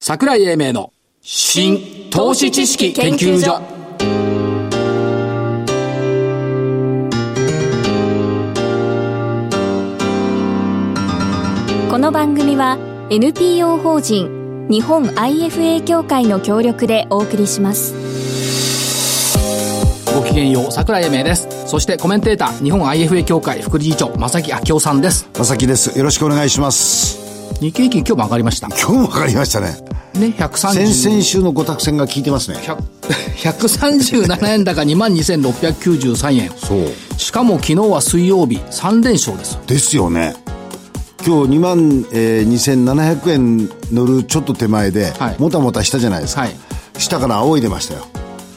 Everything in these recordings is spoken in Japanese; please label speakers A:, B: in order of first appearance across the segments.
A: 桜井英明の新投資知識研究所
B: この番組は NPO 法人日本 IFA 協会の協力でお送りします
A: ごきげんよう桜井英明ですそしてコメンテーター日本 IFA 協会副理事長正木昭夫さんです
C: まさきです。よろしくお願いします。
A: 日経平均今日も上がりましたね
C: 今日も分かりましたね。先
A: 130
C: 々週のご託戦が効いてますね。
A: 100 137円高22,693円
C: そう。
A: しかも昨日は水曜日3連勝です
C: ですよね。今日2万、えー、2700円乗るちょっと手前で、
A: はい
C: もたもたしたじゃないですか。
A: はい
C: 下から仰いでましたよ。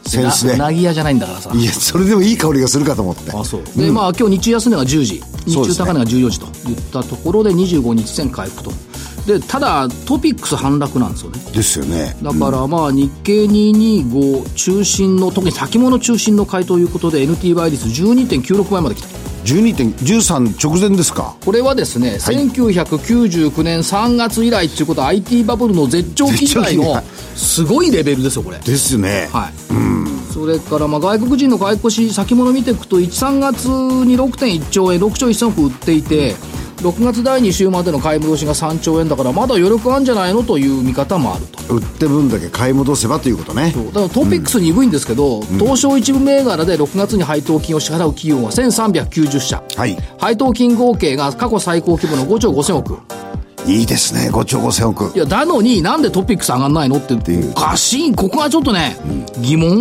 C: センスで。
A: うなうなぎ屋じゃないんだからさ
C: いや、それでもいい香りがするかと思って。
A: あそうで、まあ今日日中安値が10時日
C: そう
A: 中
C: ですね
A: 高値が14時といったところで25日線回復とでただトピックス反落なんですよね
C: ですよね。
A: だからまあ日経225中心の特に先物中心の回ということで NT 倍率12.96倍まで来た
C: 12点、13直前ですか。
A: これはですね、1999年3月以来ということは IT バブルの絶頂期以来
C: 絶頂期以
A: の
C: 来
A: すごいレベルですよこれ
C: ですね。
A: はい、それからまあ外国人の買い越し先物見ていくと13月に6.1兆円6兆1000億売っていて6月第2週までの買い戻しが3兆円だからまだ余力あるんじゃないのという見方もあると。
C: 売って分だけ買い戻せばということね。
A: だからトピックス鈍いんですけど、東証一部銘柄で6月に配当金を支払う企業は1390社、
C: はい
A: 配当金合計が過去最高規模の5兆5000億
C: いいですね。5兆5000億
A: い。やなのになんでトピックス上がんないのって
C: いう
A: おかしいここがちょっとね、疑問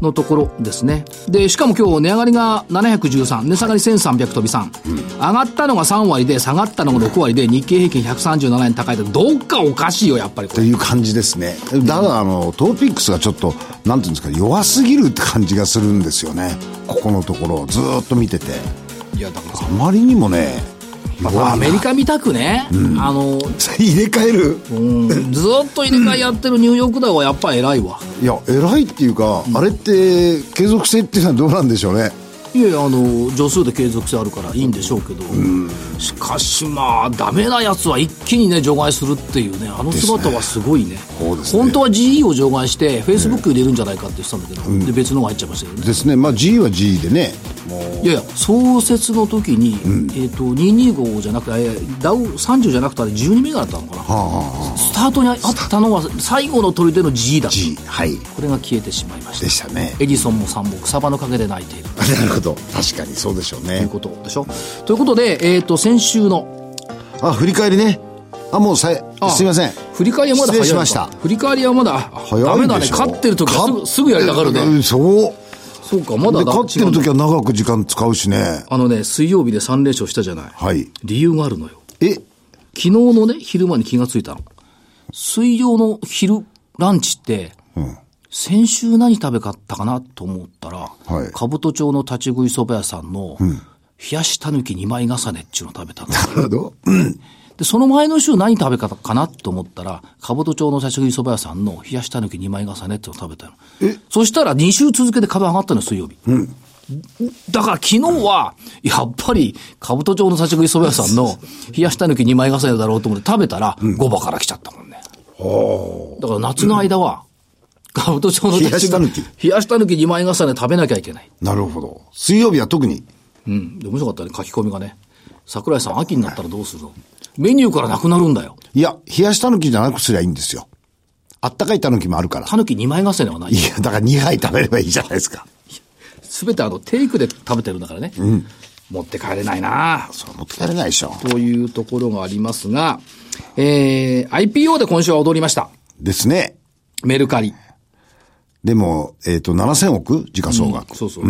A: のところですねでしかも今日値上がりが713値下がり1300飛び3、上がったのが3割で下がったのが6割で日経平均137円高いとどっかおかしいよやっぱりことれ
C: いう感じですね。ただ、あの、トーピックスがちょっと、なんていうんですか、弱すぎるって感じがするんですよね。ここのところをずーっと見てて。
A: いやだから
C: あまりにもね、
A: ま
C: 弱
A: た
C: いな
A: アメリカ見たくね、あの
C: 入れ替える。
A: うんずーっと入れ替えやってるニューヨークダウはやっぱ偉いわ
C: いや、偉いっていうか、あれって、継続性っていうのはどうなんでしょうね。
A: いやいやあの助数で継続性あるからいいんでしょうけど、しかしまあダメなやつは一気にね除外するっていうねあの姿はすごいね
C: そうですね
A: 本当は GE を除外してフェイスブック入れるんじゃないかって言ってたんだけど、で別のが入っちゃいましたけどね、
C: ですね。まあ、G は G でね。
A: いやいや創設の時に、えっと225じゃなくて、えー、ダウ30じゃなくてあれ12銘柄だったのかな、
C: はあ、はあ、
A: スタートにあったのは最後の砦の GE だった
C: G。はい。
A: これが消えてしまいました
C: でしたね。
A: エジソンもさんも草葉の陰で泣いている
C: なるほど。確かにそうでしょう
A: とい
C: ね
A: う。ことでしょということで、えっと先週の
C: あ、振り返りね。あ、もうさえ、
A: あ
C: すいません。
A: 振り返りはまだ早い
C: 失礼し
A: のか
C: ました
A: 振り返りはまだ
C: 早いでしょ
A: ダメだね勝ってる時はすぐすぐやりたがる
C: う
A: ね
C: んそう。
A: そうかまだ
C: で
A: だ
C: 勝ってる
A: 違うんだ
C: 時は長く時間使うしね
A: あのね水曜日で3連勝したじゃない、
C: はい
A: 理由があるのよ
C: え
A: 昨日のね昼間に気がついたの水曜の昼ランチって、先週何食べかったかなと思ったら、
C: はい
A: 兜町の立ち食いそば屋さんの、冷やしたぬき2枚重ねっていうのを食べたの
C: なるほど
A: で、その前の週何食べ方かなと思ったら、兜町の立ち食いそば屋さんの冷やしたぬき2枚重ねっていうのを食べたの。そしたら2週続けて株上がったのよ、水曜日。だから昨日は、やっぱり、兜町の立ち食いそば屋さんの冷やしたぬき2枚重ねだろうと思って食べたら、5番から来ちゃったもんね。だから夏の間は、兜町の立ち食い
C: 冷やしたぬ
A: 冷やしたぬき2枚重ね食べなきゃいけない。
C: なるほど水曜日は特に
A: うん。で、面白かったね、書き込みがね。桜井さん、秋になったらどうするのメニューからなくなるんだよ。
C: いや冷やしたぬきじゃなくすりゃいいんですよあったかいたぬきもあるから
A: タヌキ2枚重ねはない
C: い。やだから2杯食べればいいじゃないですか
A: すべてあの、テイクで食べてるんだからね。持って帰れないな
C: それ持って帰れないでしょ
A: というところがありますが、えー、IPO で今週は踊りました。
C: ですね
A: メルカリ。
C: でもえっ、と7000億時価総額、
A: そうそう。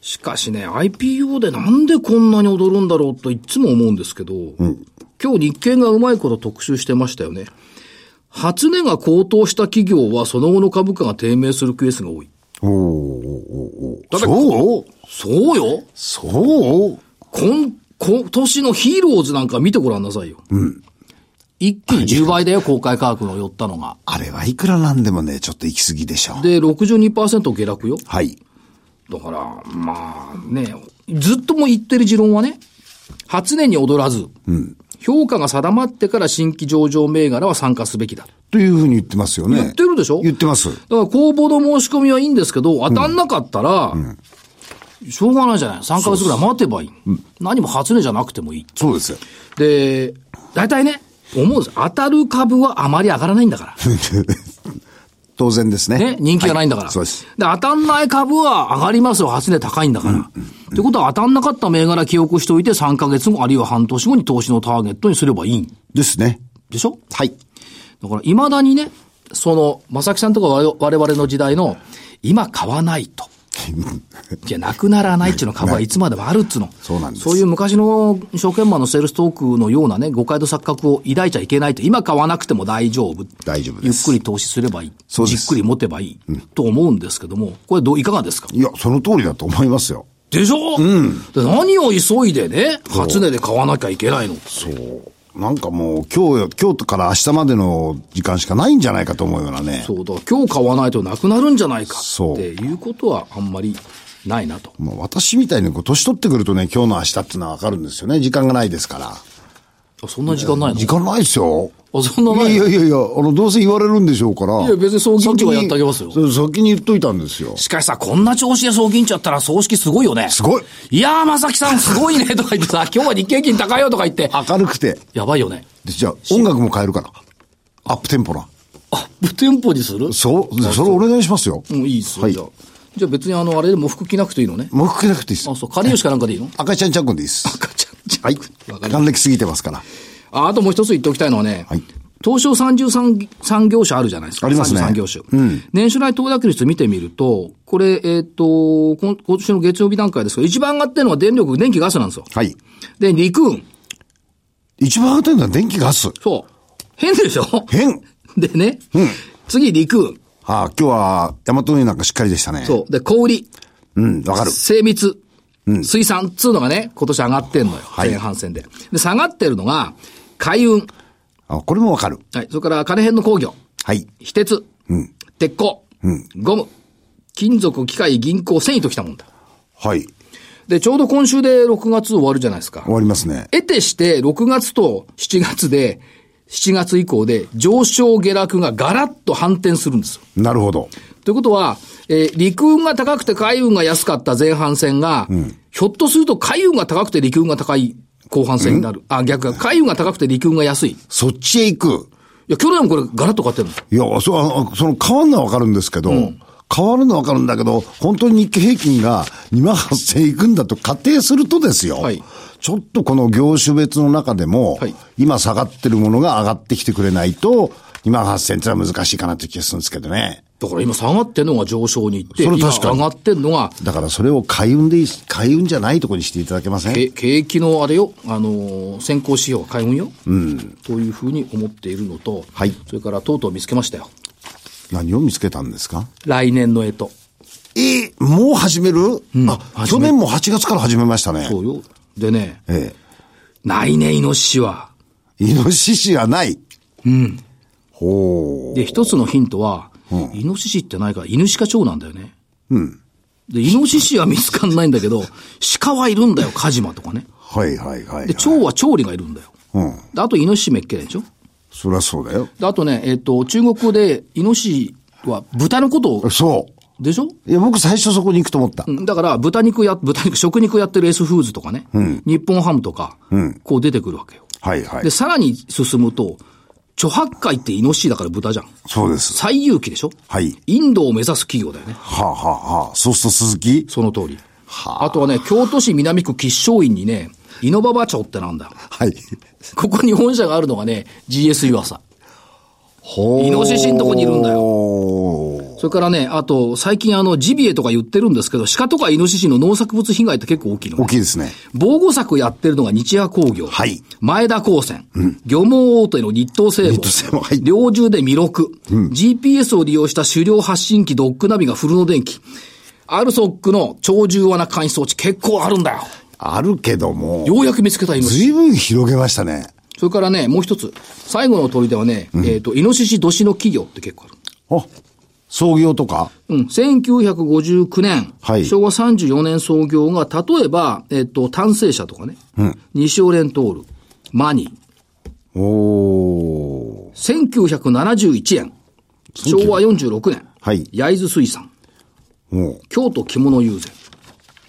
A: しかしね、IPO でなんでこんなに踊るんだろうといつも思うんですけど、今日日経がうまいこと特集してましたよね。初値が高騰した企業はその後の株価が低迷するケースが多い。
C: おーおーおーおーそう
A: そうよ
C: そう
A: 今、今年のヒーローズなんか見てごらんなさいよ。一気に10倍だよ、公開価格の寄ったのが。
C: あれはいくらなんでもねちょっと行き過ぎでしょ
A: で、62%下落よ。
C: はい
A: だから、まあね、ずっともう言ってる持論はね、初年に踊らず、評価が定まってから新規上場銘柄は参加すべきだ。
C: というふうに言ってますよね。
A: 言ってるでしょ
C: 言ってます。
A: だから公募の申し込みはいいんですけど、当たんなかったら、しょうがないじゃない。3ヶ月ぐらい待てばいい。何も初値じゃなくてもいい。
C: そうですよ。
A: で、大体ね、思うんです。当たる株はあまり上がらないんだから。
C: 当然ですね。
A: ね、人気がないんだから。
C: はいそうです。
A: で、当たんない株は上がりますよ。初値高いんだから。ってことは当たんなかった銘柄記憶しておいて3ヶ月後あるいは半年後に投資のターゲットにすればいいん
C: ですね。
A: でしょ
C: はい。
A: だから未だにね、その、正木さんとか我々我々の時代の、今買わない と。じゃなくならないっていうの株はいつまでもあるっつうの。
C: そうなんです
A: そういう昔の証券マンのセールストークのようなね、誤解と錯覚を抱いちゃいけないと。今買わなくても大丈夫。
C: 大丈夫です
A: ゆっくり投資すればいい。
C: そうです
A: じっくり持てばいい。と思うんですけども、これどう、いかがですか
C: いや、その通りだと思いますよ。
A: でしょうん。で何を急いでね、初値で買わなきゃいけないの。
C: そう。なんかもう、今日よ、今日から明日までの時間しかないんじゃないかと思うようなね。
A: そうだ、今日買わないとなくなるんじゃないか。
C: そう
A: っていうことはあんまりないなと。
C: まあ、私みたいにこう、年取ってくるとね、今日の明日ってのはわかるんですよね。時間がないですから。
A: あそんな時間ないの
C: 時間ないですよ。
A: あ、そんなないいの
C: やいやいやいや、あの、どうせ言われるんでしょうから。
A: いや別に送金とかやってあげますよ
C: 先にそう先に言っといたんですよ。
A: しかしさ、こんな調子で送金っちゃったら葬式すごいよね。
C: すごい
A: いやー、まさきさんすご いね、とか言ってさ、今日は日経金高いよとか言って、
C: 明るくて。
A: やばいよね。
C: で、じゃあ、音楽も変えるから。アップテンポな。
A: アップテンポにする
C: そう、それお願いしますよ。
A: うん、いいっすよ、
C: はい
A: じゃあ。じゃあ別にあの、あれでも服着なくていいのね。
C: もう吹けなくていいです
A: あ、。そう、かりゆしかなんかでいいの
C: 赤ちゃんちゃんこんでいいです。
A: 赤ちゃんちゃん
C: はい。還暦すぎてますから。
A: ああともう一つ言っておきたいのはね、
C: はい
A: 東証33産業種あるじゃないですか。
C: ありますね
A: 33業種。年初来投諾率見てみると、これ、えっ、と、こん今年の月曜日段階ですけど、一番上がってるのは電力、電気、ガスなんですよ。
C: はい。
A: で、陸運。
C: 一番上がってるのは電気ガス。
A: そう。変でしょ
C: 変
A: でね、次、陸運。
C: ああ、今日は、ヤマト運輸なんかしっかりでしたね。
A: そう。で、小売り、
C: う。うん、わかる。
A: 精密、水産っつうのがね、今年上がってんのよ。
C: い
A: 前半戦で。で、下がってるのが、海運。
C: あこれもわかる。
A: はい。それから、金編の工業。
C: はい。
A: 非鉄、鉄鋼、ゴム、金属、機械、銀行、繊維ときたもんだ。
C: はい。
A: で、ちょうど今週で6月終わるじゃないですか
C: 終。わりますね。
A: 得てして6月と7月で、7月以降で上昇下落がガラッと反転するんですよ。
C: なるほど。
A: ということは、えー陸運が高くて海運が安かった前半戦が、ひょっとすると海運が高くて陸運が高い後半戦になる。あ、逆か。海運が高くて陸運が安い。い
C: そっちへ行く。
A: や、去年もこれガラッと変わってるの。
C: いや、そああその変わるのはわかるんですけど、変わるのはわかるんだけど、本当に日経平均が2万8000いくんだと仮定するとですよ、
A: はい
C: ちょっとこの業種別の中でも、
A: はい
C: 今下がってるものが上がってきてくれないと、2万8000ってのは難しいかなって気がするんですけどね。
A: だから今下がってんのが上昇に行って、
C: それ
A: 今
C: 確かに
A: 上がってんのが
C: だからそれを開運でいい、開運じゃないところにしていただけません
A: け景気のあれよ、あのー先行指標は海運よ、というふうに思っているのと、
C: はい
A: それからとうとう見つけましたよ。
C: 何を見つけたんですか
A: 来年の干支。
C: えーもう始める、あ、
A: 始
C: 去
A: め
C: 年も8月から始めましたね。
A: そうよ。でね、
C: え
A: 来年イノシシは。
C: えイノシシはない。うん。ほう。
A: で、一つのヒントは、イノシシってないから、犬シカ蝶なんだよね。で、イノシシは見つかんないんだけ ど、鹿はいるんだよ、カジマとかね。
C: はいはいはい、はい。
A: で、蝶は蝶里がいるんだよ。
C: うん。
A: であと、イノシシめっけでしょ
C: そりゃそうだよ。
A: であとね、えっ、と、中国語で、イノシシは豚のことを、
C: そ
A: でしょ
C: う。いや、僕最初そこに行くと思った。
A: だから、豚肉や、豚肉、食肉やってるエスフーズとかね、日本ハムとか、こう出てくるわけよ。
C: はいはい
A: で、。さらに進むと、著白海ってイノシシだから豚じゃん。
C: そうです。
A: 最有機でしょ
C: はい
A: インドを目指す企業だよね。
C: はあ、はあはあ、そうすると鈴木
A: その通り。
C: はあ
A: あとはね、京都市南区吉祥院にね、イノババ町ってなんだ。
C: はい。
A: ここに本社があるのがね、GS 湯浅。
C: ほう
A: イノシシんとこにいるんだ
C: よ。
A: それからね、あと、最近あの、ジビエとか言ってるんですけど、鹿とかイノシシの農作物被害って結構大きいのね、
C: 大きいですね。
A: 防護策やってるのが日夜工業。
C: はい
A: 前田高専。漁網大手の日東製
C: 日
A: 法。
C: 東製法はい
A: 猟銃で魅力。GPS を利用した狩猟発信機、ドックナビがフルの電気。アルソックの超重罠監視装置結構あるんだよ。
C: あるけども、
A: ようやく見つけたイノシシ。
C: ずいぶん広げましたね。
A: それからね、もう一つ。最後の鳥ではね、えっ、と、イノシシ年の企業って結構ある。
C: あ、創業とか
A: うん、1959年、
C: はい
A: 昭和34年創業が、例えば、えっと、単成社とかね、西尾レントール、マニー、
C: おー
A: 1971円。昭和46年。
C: はい
A: 焼津水産。
C: おー
A: 京都着物友禅。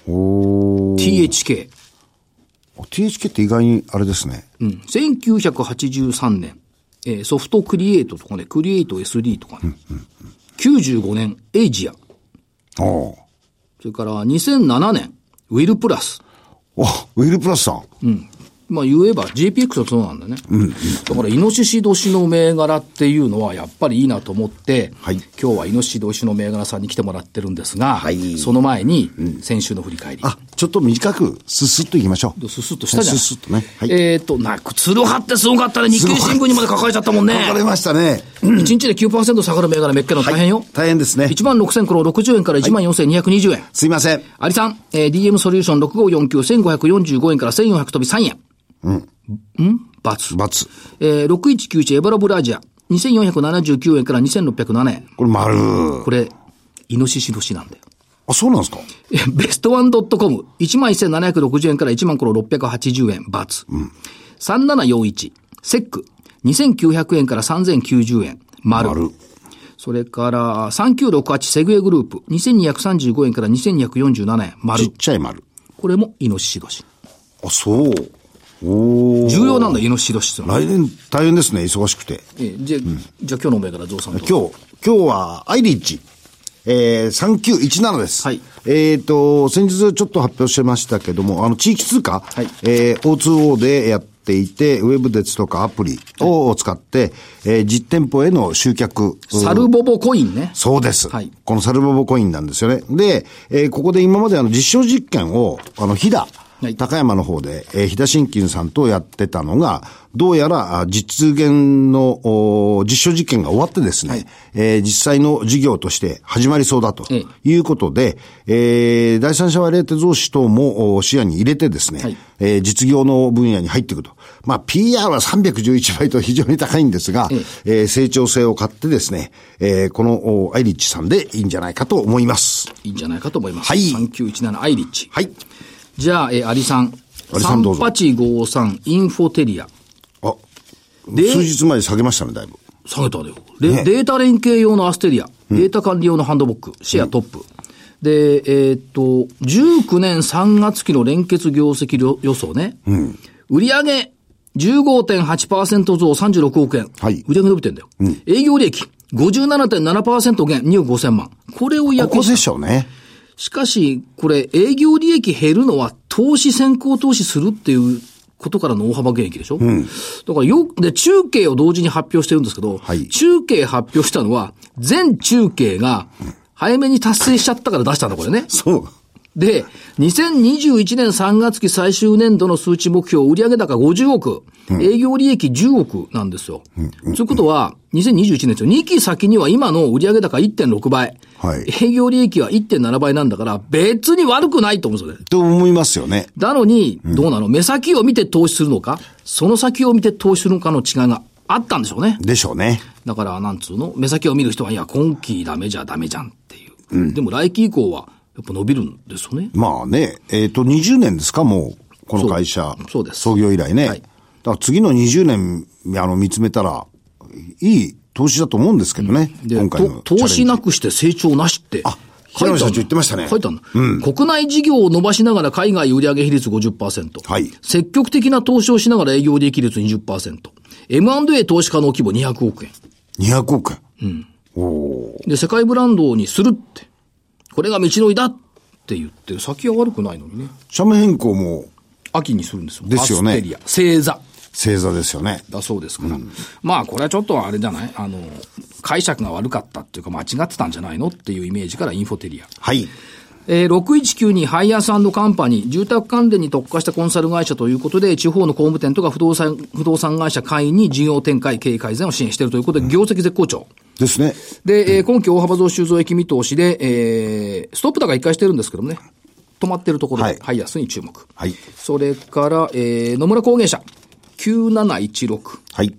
C: おー
A: THK。
C: THK って意外にあれですね。
A: うん。1983年。えーソフトクリエイトとかね、クリエイト SD とかね。95年、エイジア。
C: おー
A: それから2007年、ウィルプラス。
C: お、ウィルプラスさん。
A: まあ言えば GPX はそうなんだね。だから、イノシシ年の銘柄っていうのはやっぱりいいなと思って、
C: はい
A: 今日はイノシシ年の銘柄さんに来てもらってるんですが、
C: はい
A: その前に、先週の振り返り。
C: あ、ちょっと短く、ススッといきましょう。
A: ススッとしたじゃん。
C: ススッとね。はい。
A: えっ、と、な、鶴派ってすごかったね。日経新聞にまで書かれちゃったもんね。
C: わかりましたね。
A: 1日で9%下がる銘柄めっけるの大変よ。
C: 大変ですね。
A: 1万6000クロ60円から1万4220円。
C: すいません。
A: アリさん、えー DM ソリューション6549、1545円から1400飛び3円。うん。んバツ。
C: バツ。
A: えー、6191エバラブラジア、2479円から2607円。
C: これ丸。
A: これ、イノシシ年なんだよ。
C: あ、そうなんですか
A: えベストワンドットコム、1万1760円から1万この680円、バツ。3741、セック、2900円から3090円、丸。
C: 丸。
A: それから、3968セグエグループ、2235円から2247円、丸
C: ちっ。ちゃい丸。
A: これもイノシシ年。
C: あ、そう。おお。
A: 重要なんだよ、イノシシ年ってのは。
C: 来年大変ですね、忙しくて。
A: えーじゃ、じゃあ今日のお銘柄、ゾウさんどうぞ
C: 今日、今日はアイリッチ。えー、3917です。
A: はい
C: えっ、と、先日ちょっと発表してましたけども、あの、地域通貨、
A: はい
C: えー、O2O でやっていて、ウェブでとかアプリを使って、えー実店舗への集客。
A: サルボボコインね。
C: そうです。
A: はい
C: このサルボボコインなんですよね。で、えーここで今まであの実証実験を、あの、飛騨、
A: はい
C: 高山の方で、えー、飛騨新金さんとやってたのが、どうやらあ実現のおー実証実験が終わってですね、えー実際の事業として始まりそうだと
A: え
C: いうことで、えー第三者割当増資等もお視野に入れてですね、
A: はい
C: えー実業の分野に入っていくと。まあ、PR は311倍と非常に高いんですが、えー成長性を買ってですね、えーこのおアイリッチさんでいいんじゃないかと思います。
A: いいんじゃないかと思います。
C: はい
A: 3917アイリッチ。
C: はい。
A: じゃあ、えー、アリさん。
C: アリさんどうぞ
A: 3853インフォテリア。
C: あ、
A: で
C: 数日前に下げましたね、だいぶ。
A: 下げたでよ、でデータ連携用のアステリア。データ管理用のハンドボック。シェアトップ。で、えーっと、19年3月期の連結業績予予想ね。売上15.8%増36億円。
C: はい
A: 売上伸びてんだよ。営業利益57.7%減2億5000万。これを
C: こ
A: 約
C: こでしょうね。
A: しかし、これ、営業利益減るのは、投資先行投資するっていうことからの大幅減益でしょだからよ、で、中継を同時に発表してるんですけど、
C: はい
A: 中継発表したのは、全中継が、早めに達成しちゃったから出したんだ、これね。
C: そう。
A: で、2021年3月期最終年度の数値目標、売上高50億、営業利益10億なんですよ。ということは、2021年ですよ。2期先には今の売上高1.6倍、
C: はい
A: 営業利益は1.7倍なんだから、別に悪くないと思うんですよね。
C: と思いますよね。
A: なのに、どうなの目先を見て投資するのか、その先を見て投資するのかの違いがあったんでしょうね。
C: でしょうね。
A: だから、なんつうの目先を見る人は、いや、今期ダメじゃダメじゃんっていう。でも来期以降は、やっぱ伸びるんですよね。
C: まあね、えっ、と、20年ですか、もう、この会社。
A: そうそうです
C: 創業以来ね。
A: はい
C: だから次の20年、あの、見つめたら、いい投資だと思うんですけどね。
A: で
C: 今回の
A: と投資な
C: チ
A: くして成長なしって。
C: あ
A: 書いてある
C: 平野社長言ってましたね
A: 書いてあるの国内事業を伸ばしながら海外売上比率50%。
C: はい
A: 積極的な投資をしながら営業利益率20%。M&A 投資家の規模200億円。
C: ャレンジ。200億円。おー
A: で、世界ブランドにするって。これが道のりだって言って、先は悪くないのにね。
C: 社名変更も
A: 秋にするんですよ。
C: ですよね
A: アステリア。星座。
C: 正座ですよね。
A: だそうですから。まあ、これはちょっとあれじゃないあの、解釈が悪かったっていうか、間違ってたんじゃないのっていうイメージからインフォテリア。
C: はい。
A: えー、6192ハイヤースカンパニー、住宅関連に特化したコンサル会社ということで、地方の工務店とか不動産、不動産会社会員に事業展開、経営改善を支援しているということで、業績絶好調。
C: ですね。
A: で、えー今期大幅増収増益見通しで、えーストップ高一回してるんですけどもね、止まってるところで、
C: はい
A: ハイヤースに注目。
C: はい。
A: それから、えー野村工芸社、9716。
C: はい。
A: や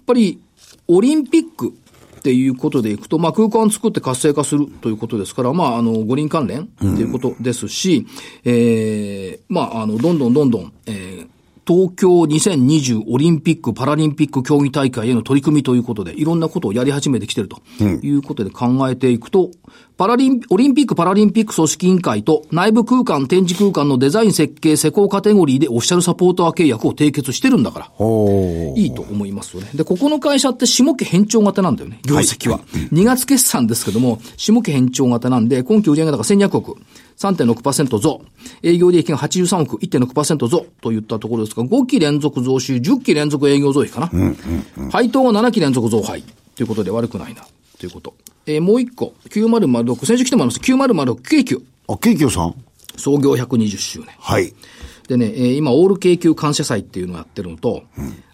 A: っぱりオリンピックっていうことでいくと、まあ、空間を作って活性化するということですから、まあ、あの、五輪関連っていうことですし、ええまあ、あの、どんどんどんどん、えー東京2020オリンピック・パラリンピック競技大会への取り組みということで、いろんなことをやり始めてきてるということで考えていくと、パラリン、オリンピック・パラリンピック組織委員会と内部空間、展示空間のデザイン設計、施工カテゴリーでオフィシャルサポーター契約を締結してるんだから、いいと思いますよね。で、ここの会社って下家偏重型なんだよね、業績は。2月決算ですけども、下家偏重型なんで、今期売上高1200億。3.6%増。営業利益が83億、1.6%増といったところですが、5期連続増収、10期連続営業増益かな。配当は7期連続増配。ということで悪くないな、ということ。えーもう一個、9006、先週来てもらいました、9006京急。
C: あ、ケーキョさん
A: 創業120周年。
C: はい。
A: でね、えー今、オール京急感謝祭っていうのをやってるのと、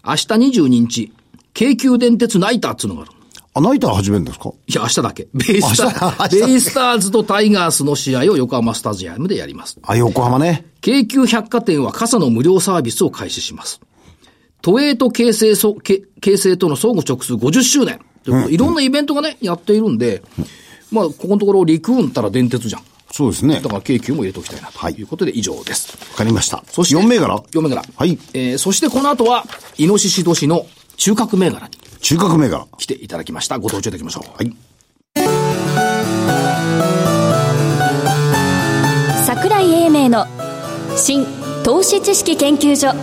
A: 明日22日、京急電鉄ナイターっていうのがある。
C: あ、ナイター始めるんですか
A: いや、明日だけ。ベイスタ
C: 明
A: ー
C: 日
A: ズ、ベイスターズとタイガースの試合を横浜スタジアムでやります。
C: あ、横浜ね。
A: 京急百貨店は傘の無料サービスを開始します。都営と京成そ、け京成との相互直通50周年ということで。いろんなイベントがね、やっているんで、まあ、ここのところ陸運ったら電鉄じゃん。
C: そうですね。
A: だ
C: わ
A: から京急も入れておきたいな
C: は
A: と
C: い
A: いうことで以上です。
C: かりました。
A: そして、
C: 4銘柄
A: ?4 銘柄。
C: はい。
A: えー、そしてこの後は、イノシシ年の中核銘柄に
C: 中核銘柄。
A: 来ていただきました。ご登場いただきましょう。
C: はい。
B: 桜井英明の新投資知識研究所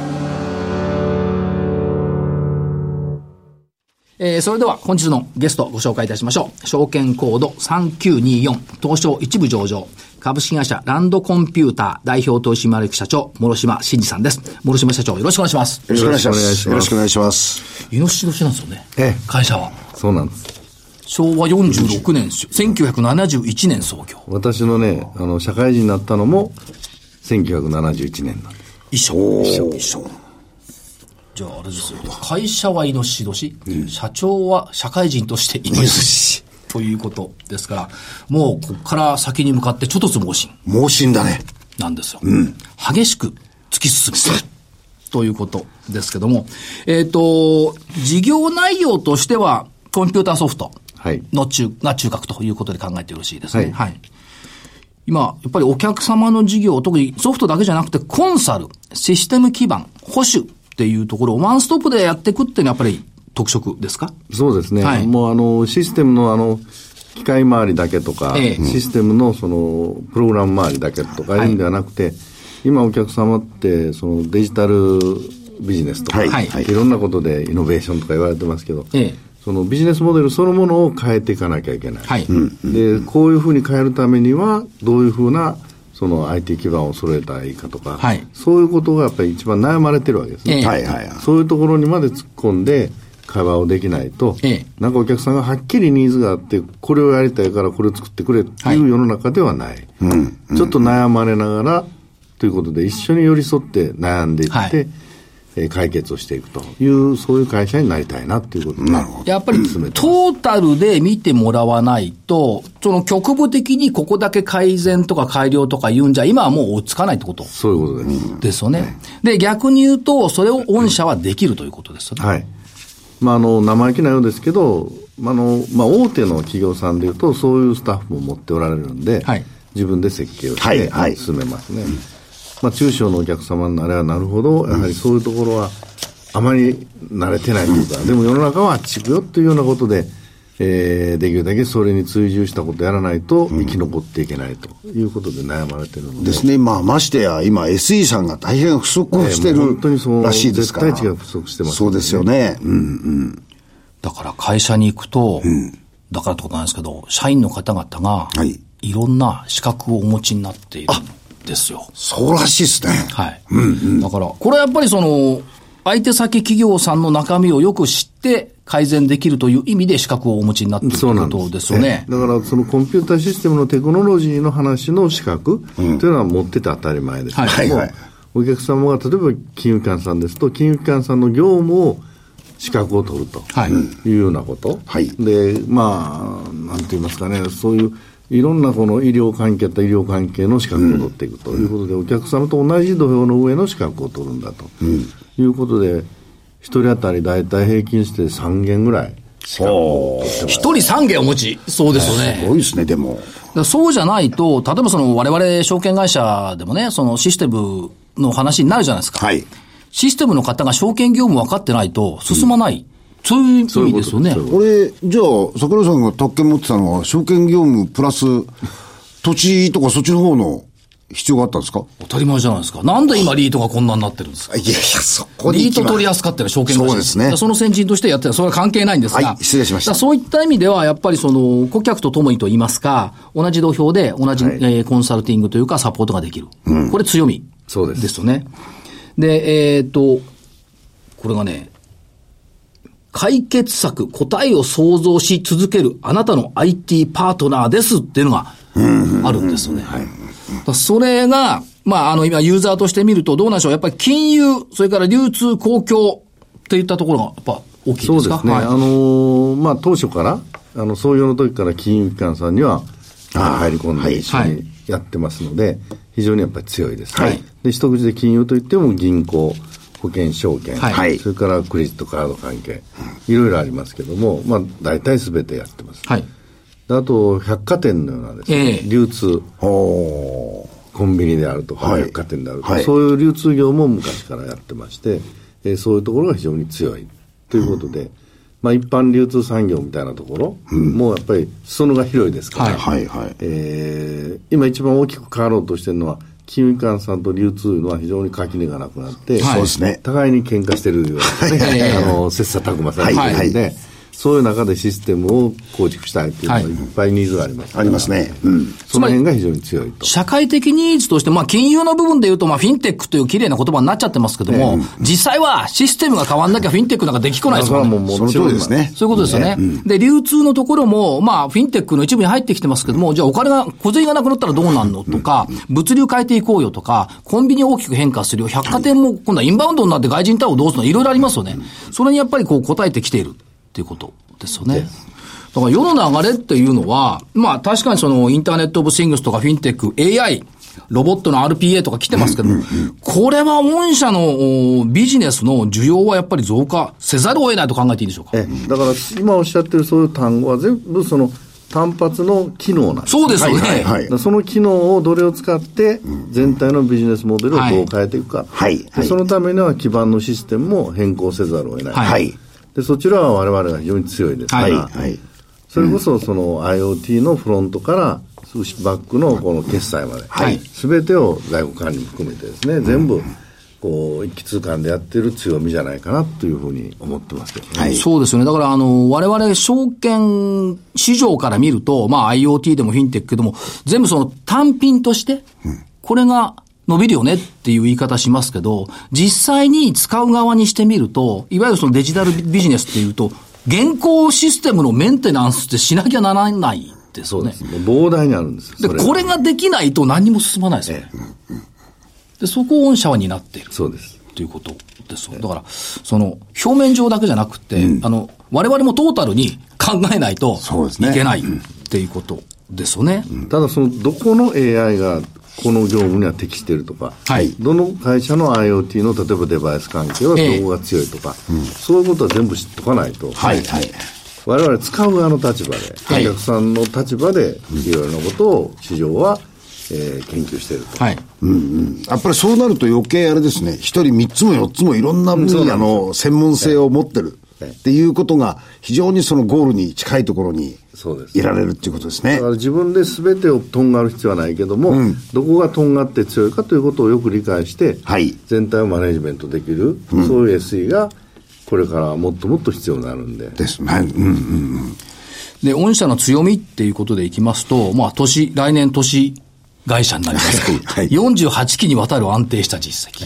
A: えーそれでは本日のゲストをご紹介いたしましょう。証券コード3924東証一部上場株式会社ランドコンピューター代表投資マレク社長諸島真二さんです。諸島社長よろしくお願いします。
C: よろしくお願いします。よ
D: よろ
C: ろ
D: し
C: し
D: く
C: くお願いします。
A: イノシシ年なんですよね。
D: ええ
A: 会社は。
D: そうなんです。
A: 昭和46年ですよ、1971年創業。
D: 私のね、あの、社会人になったのも、1971年なんです。
A: 一緒。一緒。一緒。じゃああれですよ。会社はイノシシ年、社長は社会人としてイノシシ。ということですから、もうここから先に向かってちょっとつ盲信。
C: 盲信だね。
A: なんですよ。激しく突き進む。ということですけども、えっ、と、事業内容としては、コンピューターソフト
D: はい
A: の中、が中核ということで考えてよろしいですね。は。
D: はい
A: 今、やっぱりお客様の事業、特にソフトだけじゃなくて、コンサル、システム基盤、保守っていうところをワンストップでやっていくっていうのはやっぱり特色ですか
D: そうですね。
A: はい
D: もう、あの、システムの、あの、機械周りだけとか、
A: ええ
D: システムの、その、プログラム周りだけとか
A: はい
D: いうんではなくて、今お客様って、その、デジタルビジネスとか、
C: はい
A: はい
D: い、ろんなことでイノベーションとか言われてますけど、
A: ええ
D: そのビジネスモデルそのものを変えていかなきゃいけない。
A: はい
D: でこういうふうに変えるためにはどういうふうなその IT 基盤を揃えたらいいかとか、
A: はい
D: そういうことがやっぱり一番悩まれてるわけですね、
A: ええ
C: はいはいはい。
D: そういうところにまで突っ込んで会話をできないと、
A: ええ
D: なんかお客さんがはっきりニーズがあってこれをやりたいからこれを作ってくれって
A: はい
D: いう世の中ではない、ちょっと悩まれながらということで一緒に寄り添って悩んでいって、
A: はい
D: えー解決をしていくというそういう会社になりたいなということで、
A: やっぱりトータルで見てもらわないと、その局部的にここだけ改善とか改良とか言うんじゃ、今はもう追いつかないってこと
D: そういうことです、
A: ですよね。で、逆に言うと、それを御社はできるということですよね。
D: はい。まあ、あの、生意気なようですけど、まあ、あの、まあ、大手の企業さんでいうと、そういうスタッフも持っておられるんで、
A: はい
D: 自分で設計をして、
C: はいはい
D: 進めますね。まあ、中小のお客様になればなるほど、やはりそういうところは、あまり慣れてないというか、でも世の中はあっち行くよというようなことで、えーできるだけそれに追従したことやらないと生き残っていけないということで悩まれてるので、
C: ですね。まあ、ましてや、今、SE さんが大変不足をして
D: ええもう
C: る
D: 本当にそう
C: らしいですから。
D: 絶対値が不足してますね
C: そうですよね。うん。
A: だから会社に行くと、だからってことなんですけど、社員の方々が
C: は、い
A: いろんな資格をお持ちになっているんですよ。
C: そうらしいですね。
A: はい。だから、これはやっぱりその、相手先企業さんの中身をよく知って改善できるという意味で資格をお持ちになっていると
D: そう
A: い
D: な
A: うんことですよね
D: ええ。だから、そのコンピューターシステムのテクノロジーの話の資格というのは持ってて当たり前ですけども、
A: はい
C: はい
D: お客様が例えば金融機関さんですと、金融機関さんの業務を資格を取ると
A: はい
D: いうようなこと、
C: はい
D: で、まあ、なんて言いますかね、そういういろんなこの医療関係と医療関係の資格を取っていくということで、お客様と同じ土俵の上の資格を取るんだと、いうことで、一人当たり大体平均して3件ぐらい。
A: 一人三件お持ち。そうですよね
C: す。ごいですね、で
A: だ
C: も。
A: からそうじゃないと、例えばその我々証券会社でもね、そのシステムの話になるじゃないですか。
C: はい。
A: システムの方が証券業務分かってないと進まない。そういう意味ですよね。
C: これ、じゃあ、桜井さんが宅建持ってたのは、証券業務プラス、土地とかそっちの方の必要があったんですか
A: 当たり前じゃないですか。なんで今リートがこんなになってるんですか
C: いやいや、そこ
A: リート取り
C: や
A: 扱ってる証券会社
C: そうですね
A: だからその先人としてやってた、それは関係ないんですが。
C: はい失礼しました
A: だからそういった意味では、やっぱりその、顧客と共にと言いますか、同じ土俵で同じ、えーコンサルティングというかサポートができる。これ強み。
D: そうです
A: ですよね。で、えーっと、これがね、解決策、答えを想像し続けるあなたの IT パートナーですっていうのがあるんですよね。だからそれが、まあ、あの、今、ユーザーとして見ると、どうなんでしょう。やっぱり金融、それから流通、公共っていったところが、やっぱ、大きい
D: そ
A: で
D: う
A: す
D: で
A: か
D: すね、あ
A: は
D: のーまあ、当初から、あの創業の時から金融機関さんにはあ入り込んで一緒
A: はい
D: にやってますので、非常にやっぱり強いです、
A: はい
D: で一口で金融といっても銀行、保険、証券、
A: はい
C: はい
D: それからクレジットカード関係、いろいろありますけども、まあ、大体すべてやってます、
A: い。はい。
D: であと百貨店のようなです、ね
A: ええ
D: 流通、
C: お
D: コンビニであるとか、
C: はい
D: 百貨店であるとか、
C: はい
D: そういう流通業も昔からやってまして、えーそういうところが非常に強いということで、まあ、一般流通産業みたいなところ、もうやっぱり裾野が広いですから、
A: はい
C: はいはい。
D: えー今一番大きく変わろうとしてるのは、金融機関さんと流通のは非常に垣根がなくなって、
A: はいそうです
C: ね
D: 互いに喧嘩してるようなね、
A: はい
D: あの切磋琢磨されて
A: はい
D: るんで、そういう中でシステムを構築したいっていうのは
A: はい
D: いっぱいニーズがありますから、
C: ありますね。うん。
D: その辺が非常に強いと。
A: 社会的ニーズとして、まあ、金融の部分で言うと、まあ、フィンテックという綺麗な言葉になっちゃってますけども、実際はシステムが変わんなきゃフィンテックなんかできこないです
D: それ
A: もん
D: は
A: ね。
D: もうも
C: その
D: ち
C: 通
D: ろん
C: りですね。
A: そういうことですよね。で、流通のところも、まあ、フィンテックの一部に入ってきてますけども、じゃあお金が、小銭がなくなったらどうなんのとか、物流変えていこうよとか、コンビニ大きく変化するよ、百貨店も今度はインバウンドになって外人対応どうするの、いろいろありますよね。それにやっぱりこう答えてきているっていうことですよね。だから世の流れっていうのは、まあ確かにそのインターネットオブシングスとかフィンテック、AI、ロボットの RPA とか来てますけども、これは御社のおビジネスの需要はやっぱり増加せざるを得ないと考えていいんでしょうか。
D: ええだから今おっしゃってるそういう単語は全部その単発の機能なんです
A: そうですよね。
C: はいはい
D: だからその機能をどれを使って全体のビジネスモデルをどう変えていくか、
C: はい
D: で
C: はい
D: そのためには基盤のシステムも変更せざるを得ない、
A: はい
C: はい。
D: でそちらは我々が非常に強いですから、
A: は
C: はいい。はい。
D: それこそその IoT のフロントからバックのこの決済まで、
A: はい
D: 全てを在庫管理も含めてですね全部こう一気通貫でやってる強みじゃないかなというふうに思ってますけどね。
C: はい
A: そうですよね。だから、あの、我々、証券市場から見ると、まあ、IoT でもフィンテックでも、全部その単品として、これが伸びるよねっていう言い方しますけど、実際に使う側にしてみると、いわゆるそのデジタルビジネスっていうと、現行システムのメンテナンスってしなきゃならないです
D: そ
A: よ
D: う
A: ね
D: で。すね。膨大にあるんですよ
A: で、
D: そ
A: これができないと何にも進まないですよね。で、そこを御社は担っている。
D: そうです。
A: ということですよだから、その、表面上だけじゃなくて、あの、我々もトータルに考えないと
C: そうです
A: い
C: ね
A: けないっていうことですよね。
D: ただそのどこの AI がこの業務には適しているとか、
A: はい
D: どの会社の IoT の例えばデバイス関係は
A: ええ
D: 競合が強いとか、そういうことは全部知っとかないと、
C: はい。はい。
D: 我々使う側の立場で、
A: い
D: お客さんの立場でいろいろなことを市場は、えー研究していると。
A: はい。
C: やっぱりそうなると余計あれですね、一人三つも四つもいろんな分野の専門性を持ってる
D: はい
C: っていうことが非常にそのゴールに近いところに
D: そうです
C: いられるっていうことですね
D: だか。ら自分で全てをとんがる必要はないけども、どこがとんがって強いかということをよく理解して、
C: はい
D: 全体をマネジメントできる、そういう SE がこれからもっともっと必要になるんで。
C: ですね。はいうんうん。
A: で、御社の強みっていうことでいきますと、まあ、年、来年年会社になります
C: はい はい
A: 48期にわたる安定した実績。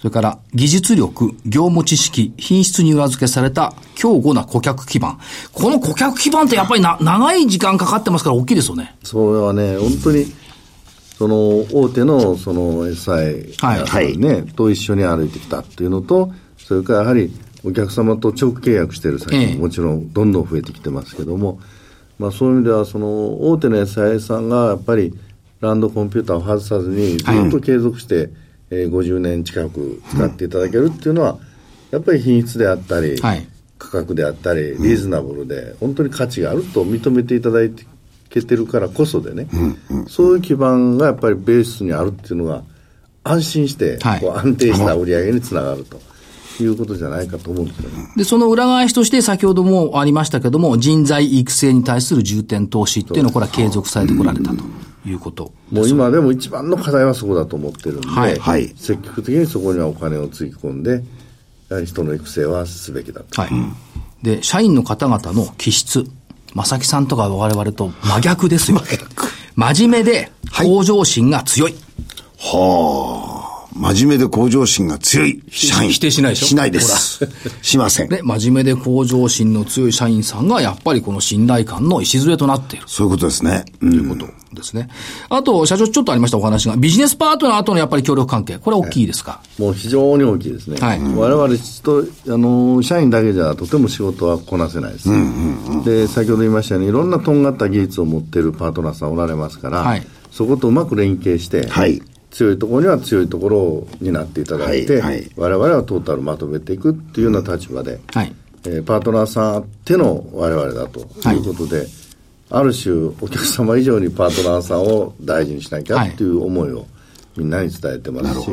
A: それから、技術力、業務知識、品質に裏付けされた強固な顧客基盤。この顧客基盤ってやっぱりな、長い時間かかってますから大きいですよね。
D: それはね、本当に、その大手のその SI
A: はい
D: がね、と一緒に歩いてきたっていうのと、それからやはりお客様と直契約している先
A: ええ
D: ももちろんどんどん増えてきてますけども、まあ、そういう意味では、その大手の SI さんがやっぱりランドコンピューターを外さずに、ずっと継続して、えー50年近く使っていただけるっていうのは、やっぱり品質であったり、
A: はい
D: 価格であったりリーズナブルで本当に価値があると認めていただいてけてるからこそでね、そういう基盤がやっぱりベースにあるっていうのが安心して、
A: はい
D: こう安定した売り上げにつながるということじゃないかと思うんですよね。
A: で、その裏返しとして、先ほどもありましたけども、人材育成に対する重点投資っていうのは、これは継続されてこられたということ。
D: もう今でも一番の課題はそこだと思ってるんで、
A: はい
C: はい
D: 積極的にそこにはお金をつぎ込んで、やはり人の育成はすべきだと。
A: はい。で、社員の方々の気質。正木さんとか我々と 真逆ですよ。真面目で、向上心が強い。
C: はあ。真面目で向上心が強い社員。
A: 否定しないでしょ
C: しないです。しません。
A: で、真面目で向上心の強い社員さんが、やっぱりこの信頼感の礎となっている。
C: そういうことですね。うん。
A: ですね。あと、社長ちょっとありましたお話が、ビジネスパートナーとのやっぱり協力関係。これは大きいですか、
D: もう非常に大きいですね。
A: はい
D: 我々と、あの、社員だけじゃとても仕事はこなせないです。で、先ほど言いましたように、いろんなとんがった技術を持っているパートナーさんおられますから、
A: はい
D: そことうまく連携して、
C: はい
D: 強いところには強いところになっていただいて、
C: はいはい
D: 我々はトータルまとめていくっていうような立場で、
A: はい。
D: えーパートナーさんあっての我々だということで、ある種お客様以上にパートナーさんを大事にしなきゃ
A: はい
D: っていう思いをみんなに伝えてますし、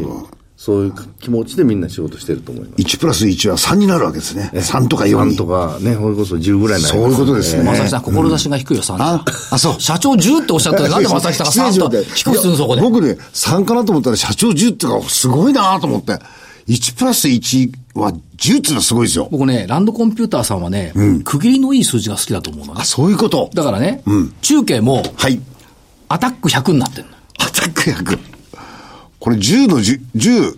D: そういう気持ちでみんな仕事してると思います。
C: 1プラス1は3になるわけですね。3とか4
D: 3
C: に。
D: とかね、それこそ10ぐらいになり
C: そういうことですね。
A: まさきさん、志が低いよ、さん。
C: ああそう
A: 社長10っておっしゃったら、なんでまさきさんが
C: 失礼し
A: 3
C: ま
A: と
C: し
A: 低
C: た
A: くするの、そこで。
C: いや僕ね、3かなと思ったら社長10っていうか、すごいなと思って。1プラス1は10っていうのはすごいですよ。
A: 僕ね、ランドコンピューターさんはね、区切りのいい数字が好きだと思うのね
C: あ、。そういうこと。
A: だからね、中継も
C: はい。
A: アタック100になってるの。
C: アタック100。これ10の10、10、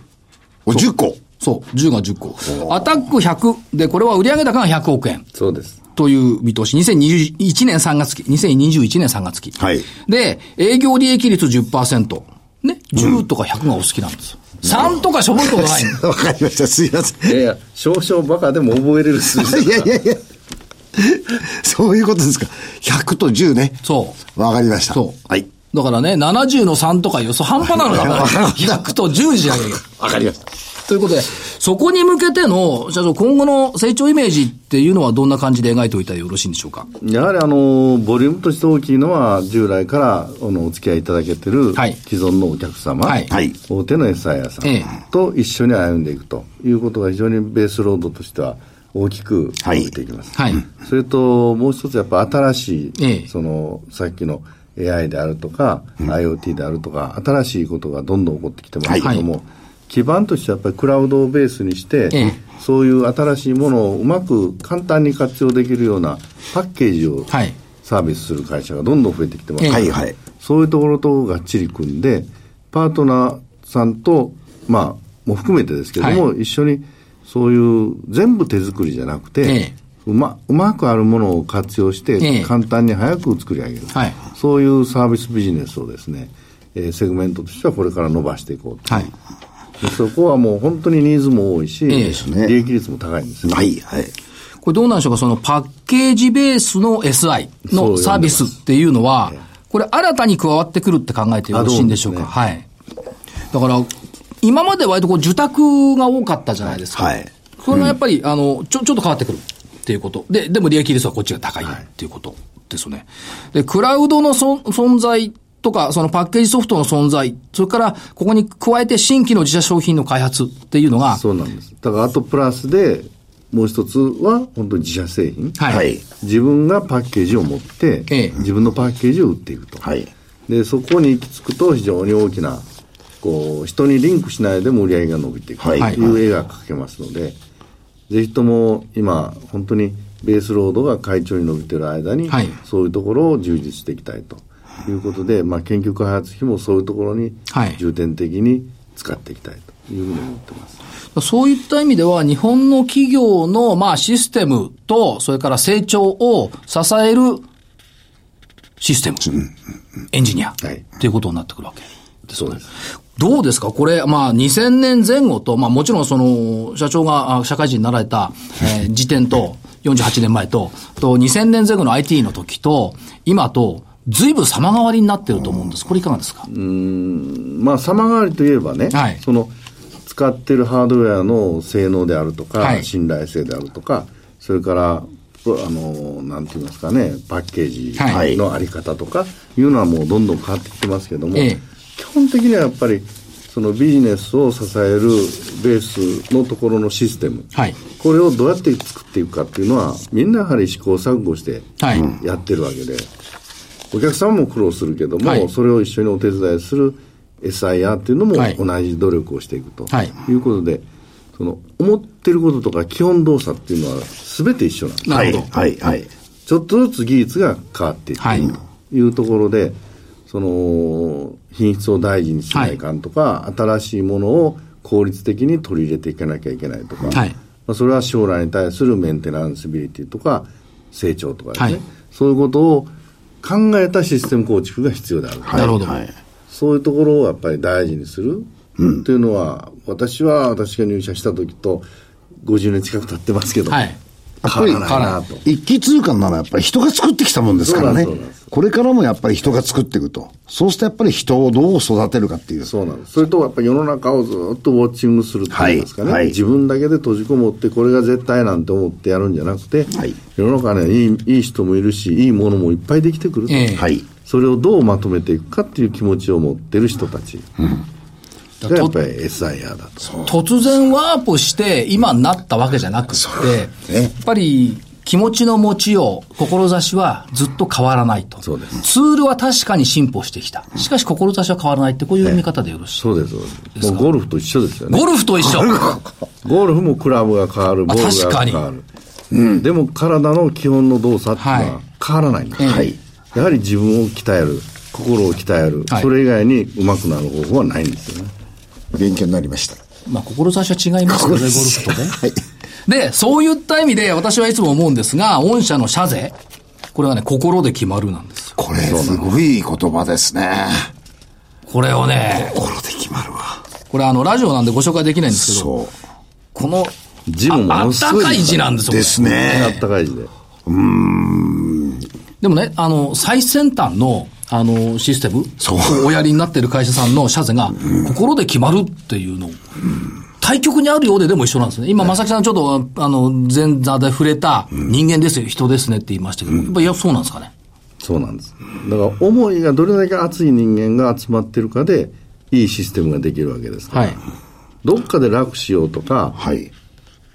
C: お10個。
A: そう、10が10個。アタック100で、これは売上高が100億円
D: そうです。
A: という見通し。2021年3月期、2021年3月期。
C: はい
A: で、営業利益率10%。ね、10とか100がお好きなんですよ。3とかしょぼいことない の。
C: わかりました。すいません。
D: いやいや、少々バカでも覚えれる数字だ
C: いやいやいや。そういうことですか。100と10ね。
A: そう。
C: わかりました。
A: そう
C: はい。
A: だからね、70の3とかいう、そう半端なのだから、100と10じゃないよ。
C: わかりました。
A: ということで、そこに向けての、社長、今後の成長イメージっていうのはどんな感じで描いておいたらよろしいんでしょうか。
D: やはりあのボリュームとして大きいのは、従来からあのお付き合いいただけてる
A: はい
D: 既存のお客様、
A: はい
C: はい
D: 大手の SIA さ
A: ええ
D: んと一緒に歩んでいくということが、非常にベースロードとしては大きく
C: はい
D: 伸びていきます。
A: はい。
D: それともう一つ、やっぱ新しい、
A: ええ
D: そのさっきの AI であるとか、IoT であるとか、新しいことがどんどん起こってきてますけども、基盤としてはやっぱりクラウドをベースにして、
A: ええ
D: そういう新しいものをうまく簡単に活用できるようなパッケージを
A: はい
D: サービスする会社がどんどん増えてきてます、
A: ええ
C: はいはい。
D: そういうところとがっちり組んで、パートナーさんと、まあ、も含めてですけども、
A: は
D: 一緒にそういう全部手作りじゃなくて、
A: ええ
D: うまうまくあるものを活用し
A: ええ
D: て、簡単に早く作り上げる、
A: はい
D: そういうサービスビジネスをですね、えーセグメントとしてはこれから伸ばしていこうと、
A: はい。
D: でそこはもう本当にニーズも多いし、
A: え
C: え
D: 利益率も高いんですよ
C: はい、はい。
A: これどうなんでしょうか、そのパッケージベースの SI のサービスっていうのは、これ新たに加わってくるって考えてよろしいんでしょうか。
D: あ
A: はい。だから、今まで割とこう受託が多かったじゃないですか。
C: はい
A: それがやっぱり、あの、ちょ、ちょっと変わってくるっていうこと。で、でも利益率はこっちが高いっていうことですよね。で、クラウドのそ存在とか、そのパッケージソフトの存在、それから、ここに加えて新規の自社商品の開発っていうのが、
D: そうなんです。だからあとプラスで、もう一つは本当に自社製品。
A: はい
C: はい。
D: 自分がパッケージを持って、
A: ええ
D: 自分のパッケージを売っていくと、
C: はい。
D: でそこに行き着くと非常に大きなこう人にリンクしないでも売り上げが伸びていくと
C: はい
D: いう絵が描けますので、ぜひとも今本当にベースロードが会長に伸びている間に、
A: はい
D: そういうところを充実していきたいということで、まあ、研究開発費もそういうところに
A: はい
D: 重点的に使っていきたいというふうに思ってます。
A: そういった意味では、日本の企業の、まあ、システムと、それから成長を支えるシステム、エンジニア、
D: はい
A: ということになってくるわけ。
D: そうです
A: どうですかこれ、まあ、2000年前後と、まあ、もちろん、その、社長があ社会人になられた、えー時点と、48年前と、と、2000年前後の IT の時と、今と、随分様変わりになってると思うんです。これいかがですか
D: まあ、様変わりといえばね、
A: はい
D: その使ってるハードウェアの性能であるとか、
A: はい
D: 信頼性であるとか、それから、ぷあのなんて言いますかね、パッケ
A: は
D: ー
A: い
D: ジのあり方とかいうのはもうどんどん変わってきてますけども、
A: ええ
D: 基本的にはやっぱり、そのビジネスを支えるベースのところのシステム、
A: はい
D: これをどうやって作っていくかっていうのは、みんなやはり試行錯誤して
A: はい
D: やってるわけで、お客さんも苦労するけども、
A: はい
D: それを一緒にお手伝いする SIR っていうのも
A: はい
D: 同じ努力をしていくと、
A: はい
D: い、うことで、その思ってることとか基本動作っていうのは全て一緒なんです。
A: なるほど。
C: はい、はい、はい。
D: ちょっとずつ技術が変わっていって
A: はい
D: いるというところで、その品質を大事にしないかんとか、新しいものを効率的に取り入れていかなきゃいけないとか、
A: はい
D: まあ、それは将来に対するメンテナンスビリティとか成長とかですね、
A: はい
D: そういうことを考えたシステム構築が必要である、
A: なるほど
C: はい。
D: そういうところをやっぱり大事にするっていうのは、私は私が入社した時と50年近く経ってますけど、
A: はい。
D: 変わらないなと。
C: 一気通貫ならやっぱり人が作ってきたもんですからね
D: そうなんですそうなんで。
C: これからもやっぱり人が作っていくと。そうしてやっぱり人をどう育てるかっていう。
D: そうなんです。それとやっぱり世の中をずっとウォッチングするっていうんですかね、
C: はいはい
D: 自分だけで閉じこもって、これが絶対なんて思ってやるんじゃなくて、
C: はい
D: 世の中にはいいいい人もいるし、いいものもいっぱいできてくると、
A: ええ
C: はい。
D: それをどうまとめていくかっていう気持ちを持ってる人たち
A: だ
D: がや
A: と
D: っぱり SIR だと。
A: 突然ワープして今になったわけじゃなくって、やっぱり気持ちの持ちよう、志はずっと変わらないと。
D: そうです
A: ツールは確かに進歩してきた。しかし志は変わらないって、こういう見方でよろしい。
D: そうです、そうです。もうゴルフと一緒ですよね。
A: ゴルフと一緒。
D: ゴルフもクラブが変わる、ボールが変わる。でも体の基本の動作っていうの
A: は
D: は変わらないんです、
A: ええ
C: はい。
D: やはり自分を鍛える、心を鍛える、
A: はい
D: それ以外にうまくなる方法はないんですよね。
C: 勉強になりました。
A: まあ、志は違いますけどね、ゴルフとね。
C: はい。
A: で、そういった意味で私はいつも思うんですが、御社の社税、これはね、心で決まるなんですよ。
C: これ、すごい言葉ですね。
A: これをね、
C: 心で決まるわ。
A: これあの、ラジオなんでご紹介できないんですけど、
C: そ
A: この、
D: 字もも
A: ああ
D: の
A: っ
D: す
A: た
D: ごい
A: かい字なんです
C: う。
A: よ。これ
C: です
D: あっ
C: ね。
D: たかい字で。
A: でもね、あの、最先端の、あの、システム
C: そう
A: をおやりになってる会社さんの社税が、心で決まるっていうのを、対局にあるようででも一緒なんですね。今、正木さんちょっと、あの、前座で触れた、人間ですよ、人ですねって言いましたけど、やっぱいや、そうなんですかね。
D: そうなんです。だから思いがどれだけ熱い人間が集まってるかで、いいシステムができるわけですから、
A: はい。
D: どっかで楽しようとか、
C: はい。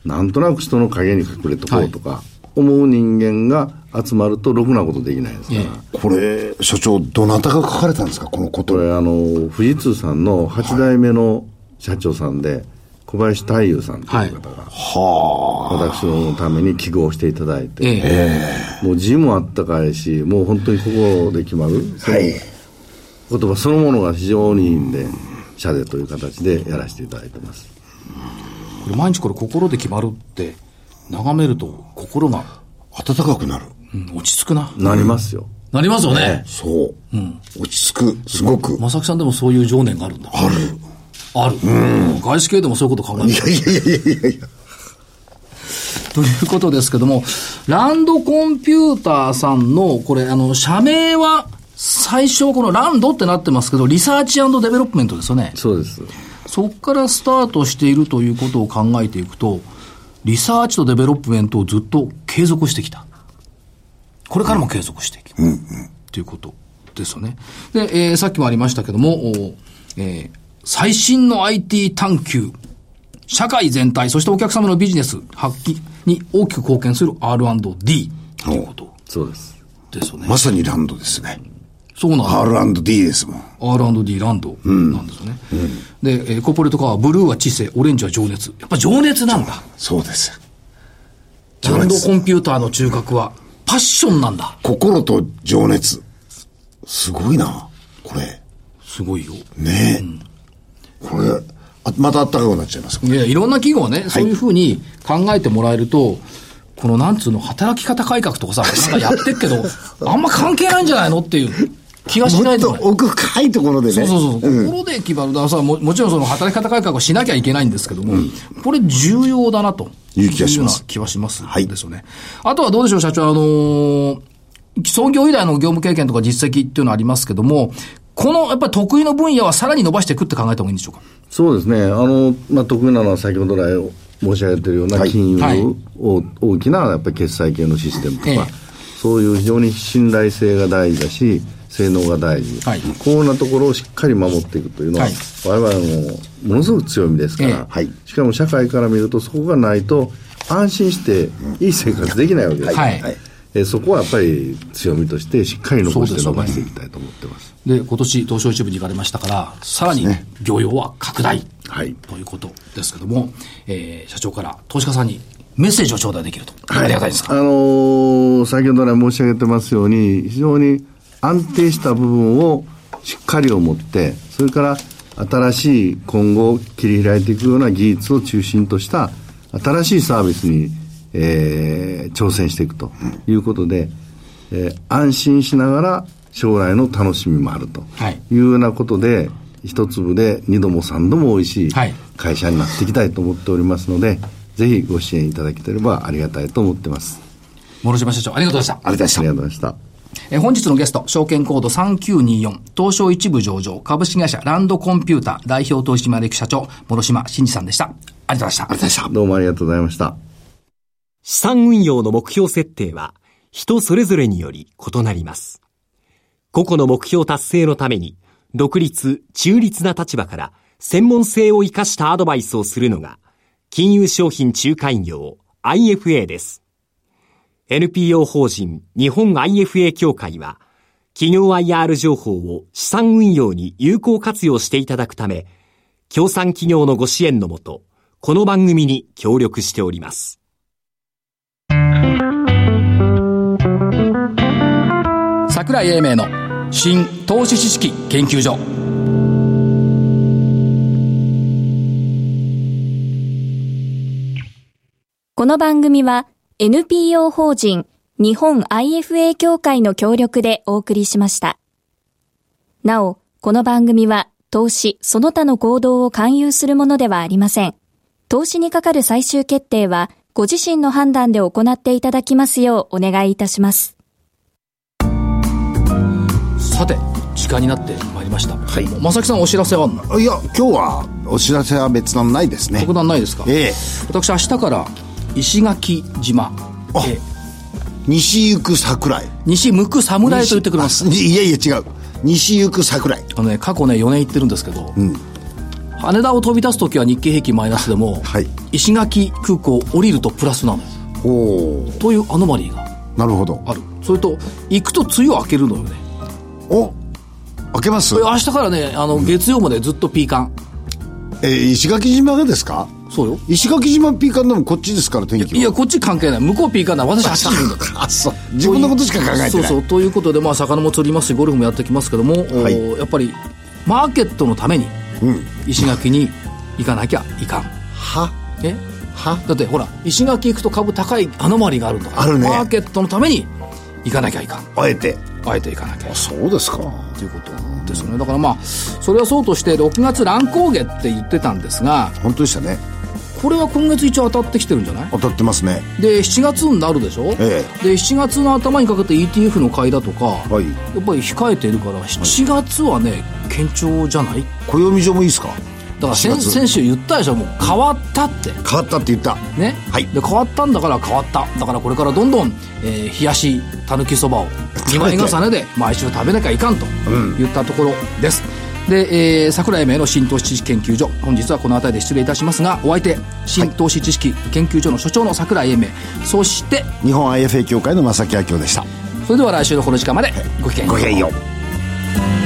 D: なんとなく人の陰に隠れとこうとか、思う人間が集まるとろくなことできないですから。
A: ええ
C: これ、所長、どなたが書かれたんですかこのこと
D: こ。れあの富士通さんの8代目の社長さんで、小林太夫さんという方が、私のために起業していただいて、
A: ええ
D: もう字もあったかいしもう本当に心で決まる、その
C: はい
D: 言葉そのものが非常にいいんで社でという形でやらせていただいてます
A: これ毎日これ心で決まるって、眺めると心が、
C: 暖かくなる。
A: うん、落ち着くな。
D: なりますよ、
A: なりますよね。
C: そう。落ち着く。すごく。
A: 正木さんでもそういう情念があるんだ。
C: ある。
A: ある。外資系でもそういうこと考えてる
C: いやいやいやいやいや。
A: ということですけども、ランドコンピューターさんの、これ、あの、社名は、最初、このランドってなってますけど、リサーチデベロップメントですよね。
D: そうです
A: そこからスタートしているということを考えていくと、リサーチとデベロップメントをずっと継続してきた。これからも継続していく。ということですよね。で、えーさっきもありましたけども、おーえー最新の IT 探求、社会全体、そしてお客様のビジネス発揮に大きく貢献する R&D ということ
D: そうです
A: ですよね。
C: まさにランドですね。
A: そうなんです
C: R&D ですもん。
A: R&D ランドなんですよね。で、えーコーポレートカーはブルーは知性、オレンジは情熱。やっぱ情熱なんだ。
C: そうです。
A: ランドコンピューターの中核は、パッションなんだ。
C: 心と情熱。すごいな。これ。
A: すごいよ。
C: ねえ。これ、あまた暖かくなっちゃいます。
A: いや、いろんな企業はね、そういうふうに考えてもらえると、このなんつうの、働き方改革とかさ、なんかやってっけ ど、あんま関係ないんじゃないのっていう気がし
C: も
A: な
C: っ
A: いで
C: と
A: もない。
C: 奥深いところでね。
A: そうそうそう。
C: ん
A: 心で決まる。だからさも、もちろんその働き方改革をしなきゃいけないんですけども、これ重要だなと。
C: いう気がしま
A: いうような
C: す
A: 気はします。
C: はい
A: ですよね。あとはどうでしょう、社長。あのー創業以来の業務経験とか実績っていうのはありますけども、このやっぱり得意の分野はさらに伸ばしていくって考えた方がいいんでしょうか。
D: そうですねあの、まあ、得意なのは先ほど来申し上げているような
C: はい
D: 金融を、
A: はい
D: 大きなやっぱり決済系のシステムとか、
A: ええ
D: そういう非常に信頼性が大事だし性能が大事、
A: はい
D: こんなところをしっかり守っていくというのは、
A: はい
D: 我々のものすごく強みですから、
A: ええ
C: はい
D: しかも社会から見るとそこがないと安心していい生活できないわけです、
A: はい
C: はい
D: えーそこはやっぱり強みとしてしっかり残
A: そう
D: し
A: で
D: て
A: すよ
D: 伸
A: ね
D: ばしていきたいと思ってます。
A: で、今年、東証一部に行かれましたから、さらに漁業は拡大、
D: はい
A: ということですけども、えー社長から投資家さんにメッセージを頂戴できると。ありがたいです
D: あ
A: か。
D: のー先ほど来申し上げてますように、非常に安定した部分をしっかりを持って、それから新しい今後切り開いていくような技術を中心とした新しいサービスに、えー挑戦していくということで、えー安心しながら将来の楽しみもあると
A: はい
D: いうようなことで、一粒で二度も三度も美味しい
A: はい
D: 会社になっていきたいと思っておりますので、ぜひご支援いただければありがたいと思ってます。
A: 諸島社長、ありがとうございました。
C: ありがとうございまし
D: あ
C: た
D: り。がとうございました。
A: えー本日のゲスト、証券コード3924、東証一部上場、株式会社ランドコンピュータ、代表取締役社長、諸島真二さんでした。ありがとうございました。
D: どうもありがとうございました。
E: 資産運用の目標設定は人それぞれにより異なります。個々の目標達成のために独立、中立な立場から専門性を生かしたアドバイスをするのが金融商品仲介業 IFA です。NPO 法人日本 IFA 協会は企業 IR 情報を資産運用に有効活用していただくため、協賛企業のご支援のもと、この番組に協力しております。
A: 桜井英明の新投資知識研究所
B: この番組は NPO 法人日本 IFA 協会の協力でお送りしました。なお、この番組は投資その他の行動を勧誘するものではありません。投資にかかる最終決定はご自身の判断で行っていただきますようお願いいたします。
A: さて時間になってまいりましたはい正木さんお知らせはあんの
C: いや、今日はお知らせは別段ないですね
A: 特。段ないですか
C: ええ
A: 私明日から石垣島
C: あ
A: ええ
C: 西行く桜井。
A: 西向く侍と言ってくれます
C: あいやいや違う。西行く桜井。
A: あのね過去ね4年行ってるんですけど、羽田を飛び出す時は日経平均マイナスでも、
C: はい
A: 石垣空港降りるとプラスなのよ
C: おお。
A: というアノマリーが
C: なるほど。
A: あるそれと行くと梅雨明けるのよね
C: お開けます
A: これ明日からねあの月曜までずっとピーカン
C: えー石垣島がですか
A: そうよ
C: 石垣島ピーカンでもこっちですから、天気は。
A: いや、こっち関係ない。向こうピーカーな私走るんだから。
C: あ、そう。自分のことしか考えてない。
A: そうそう。ということで、まあ、魚も釣りますし、ゴルフもやってきますけども、お
C: はい
A: やっぱり、マーケットのために、
C: うん。
A: 石垣に行かなきゃいかん。
C: は
A: ね
C: は
A: だって、ほら、石垣行くと株高いアノマリがあるんだから。
C: あるね
A: マーケットのために、行かなきゃいかん。
C: あえて。
A: あえて行かなきゃいかん。
C: そうですか。
A: ということですよね。だからまあ、それはそうとして、6月乱高下って言ってたんですが、
C: 本当でしたね。
A: これは今月一応当たってきてるんじゃない
C: 当たってますね。
A: で7月になるでしょ、
C: え
A: で7月の頭にかけて ETF の買いだとか、
C: い
A: やっぱり控えているから7月はね堅調じゃないだ
C: 暦上もいいですか
A: から
C: 7
A: 先
C: 月
A: 先週言ったでしょもう変わったって
C: 変わったって言った。
A: ね、
C: はい
A: で変わったんだから変わっただからこれからどんどん、えー冷やしたぬきそばを2枚重ねで毎週食べなきゃいかんと言ったところです、で、えー桜井明の新投資知識研究所本日はこの辺りで失礼いたしますがお相手新投資知識研究所の所長の桜井英明そして
C: 日本 IFA 協会の正木明夫でした。
A: それでは来週のこの時間までごきげんよ
C: ご
A: う
C: きげんよう。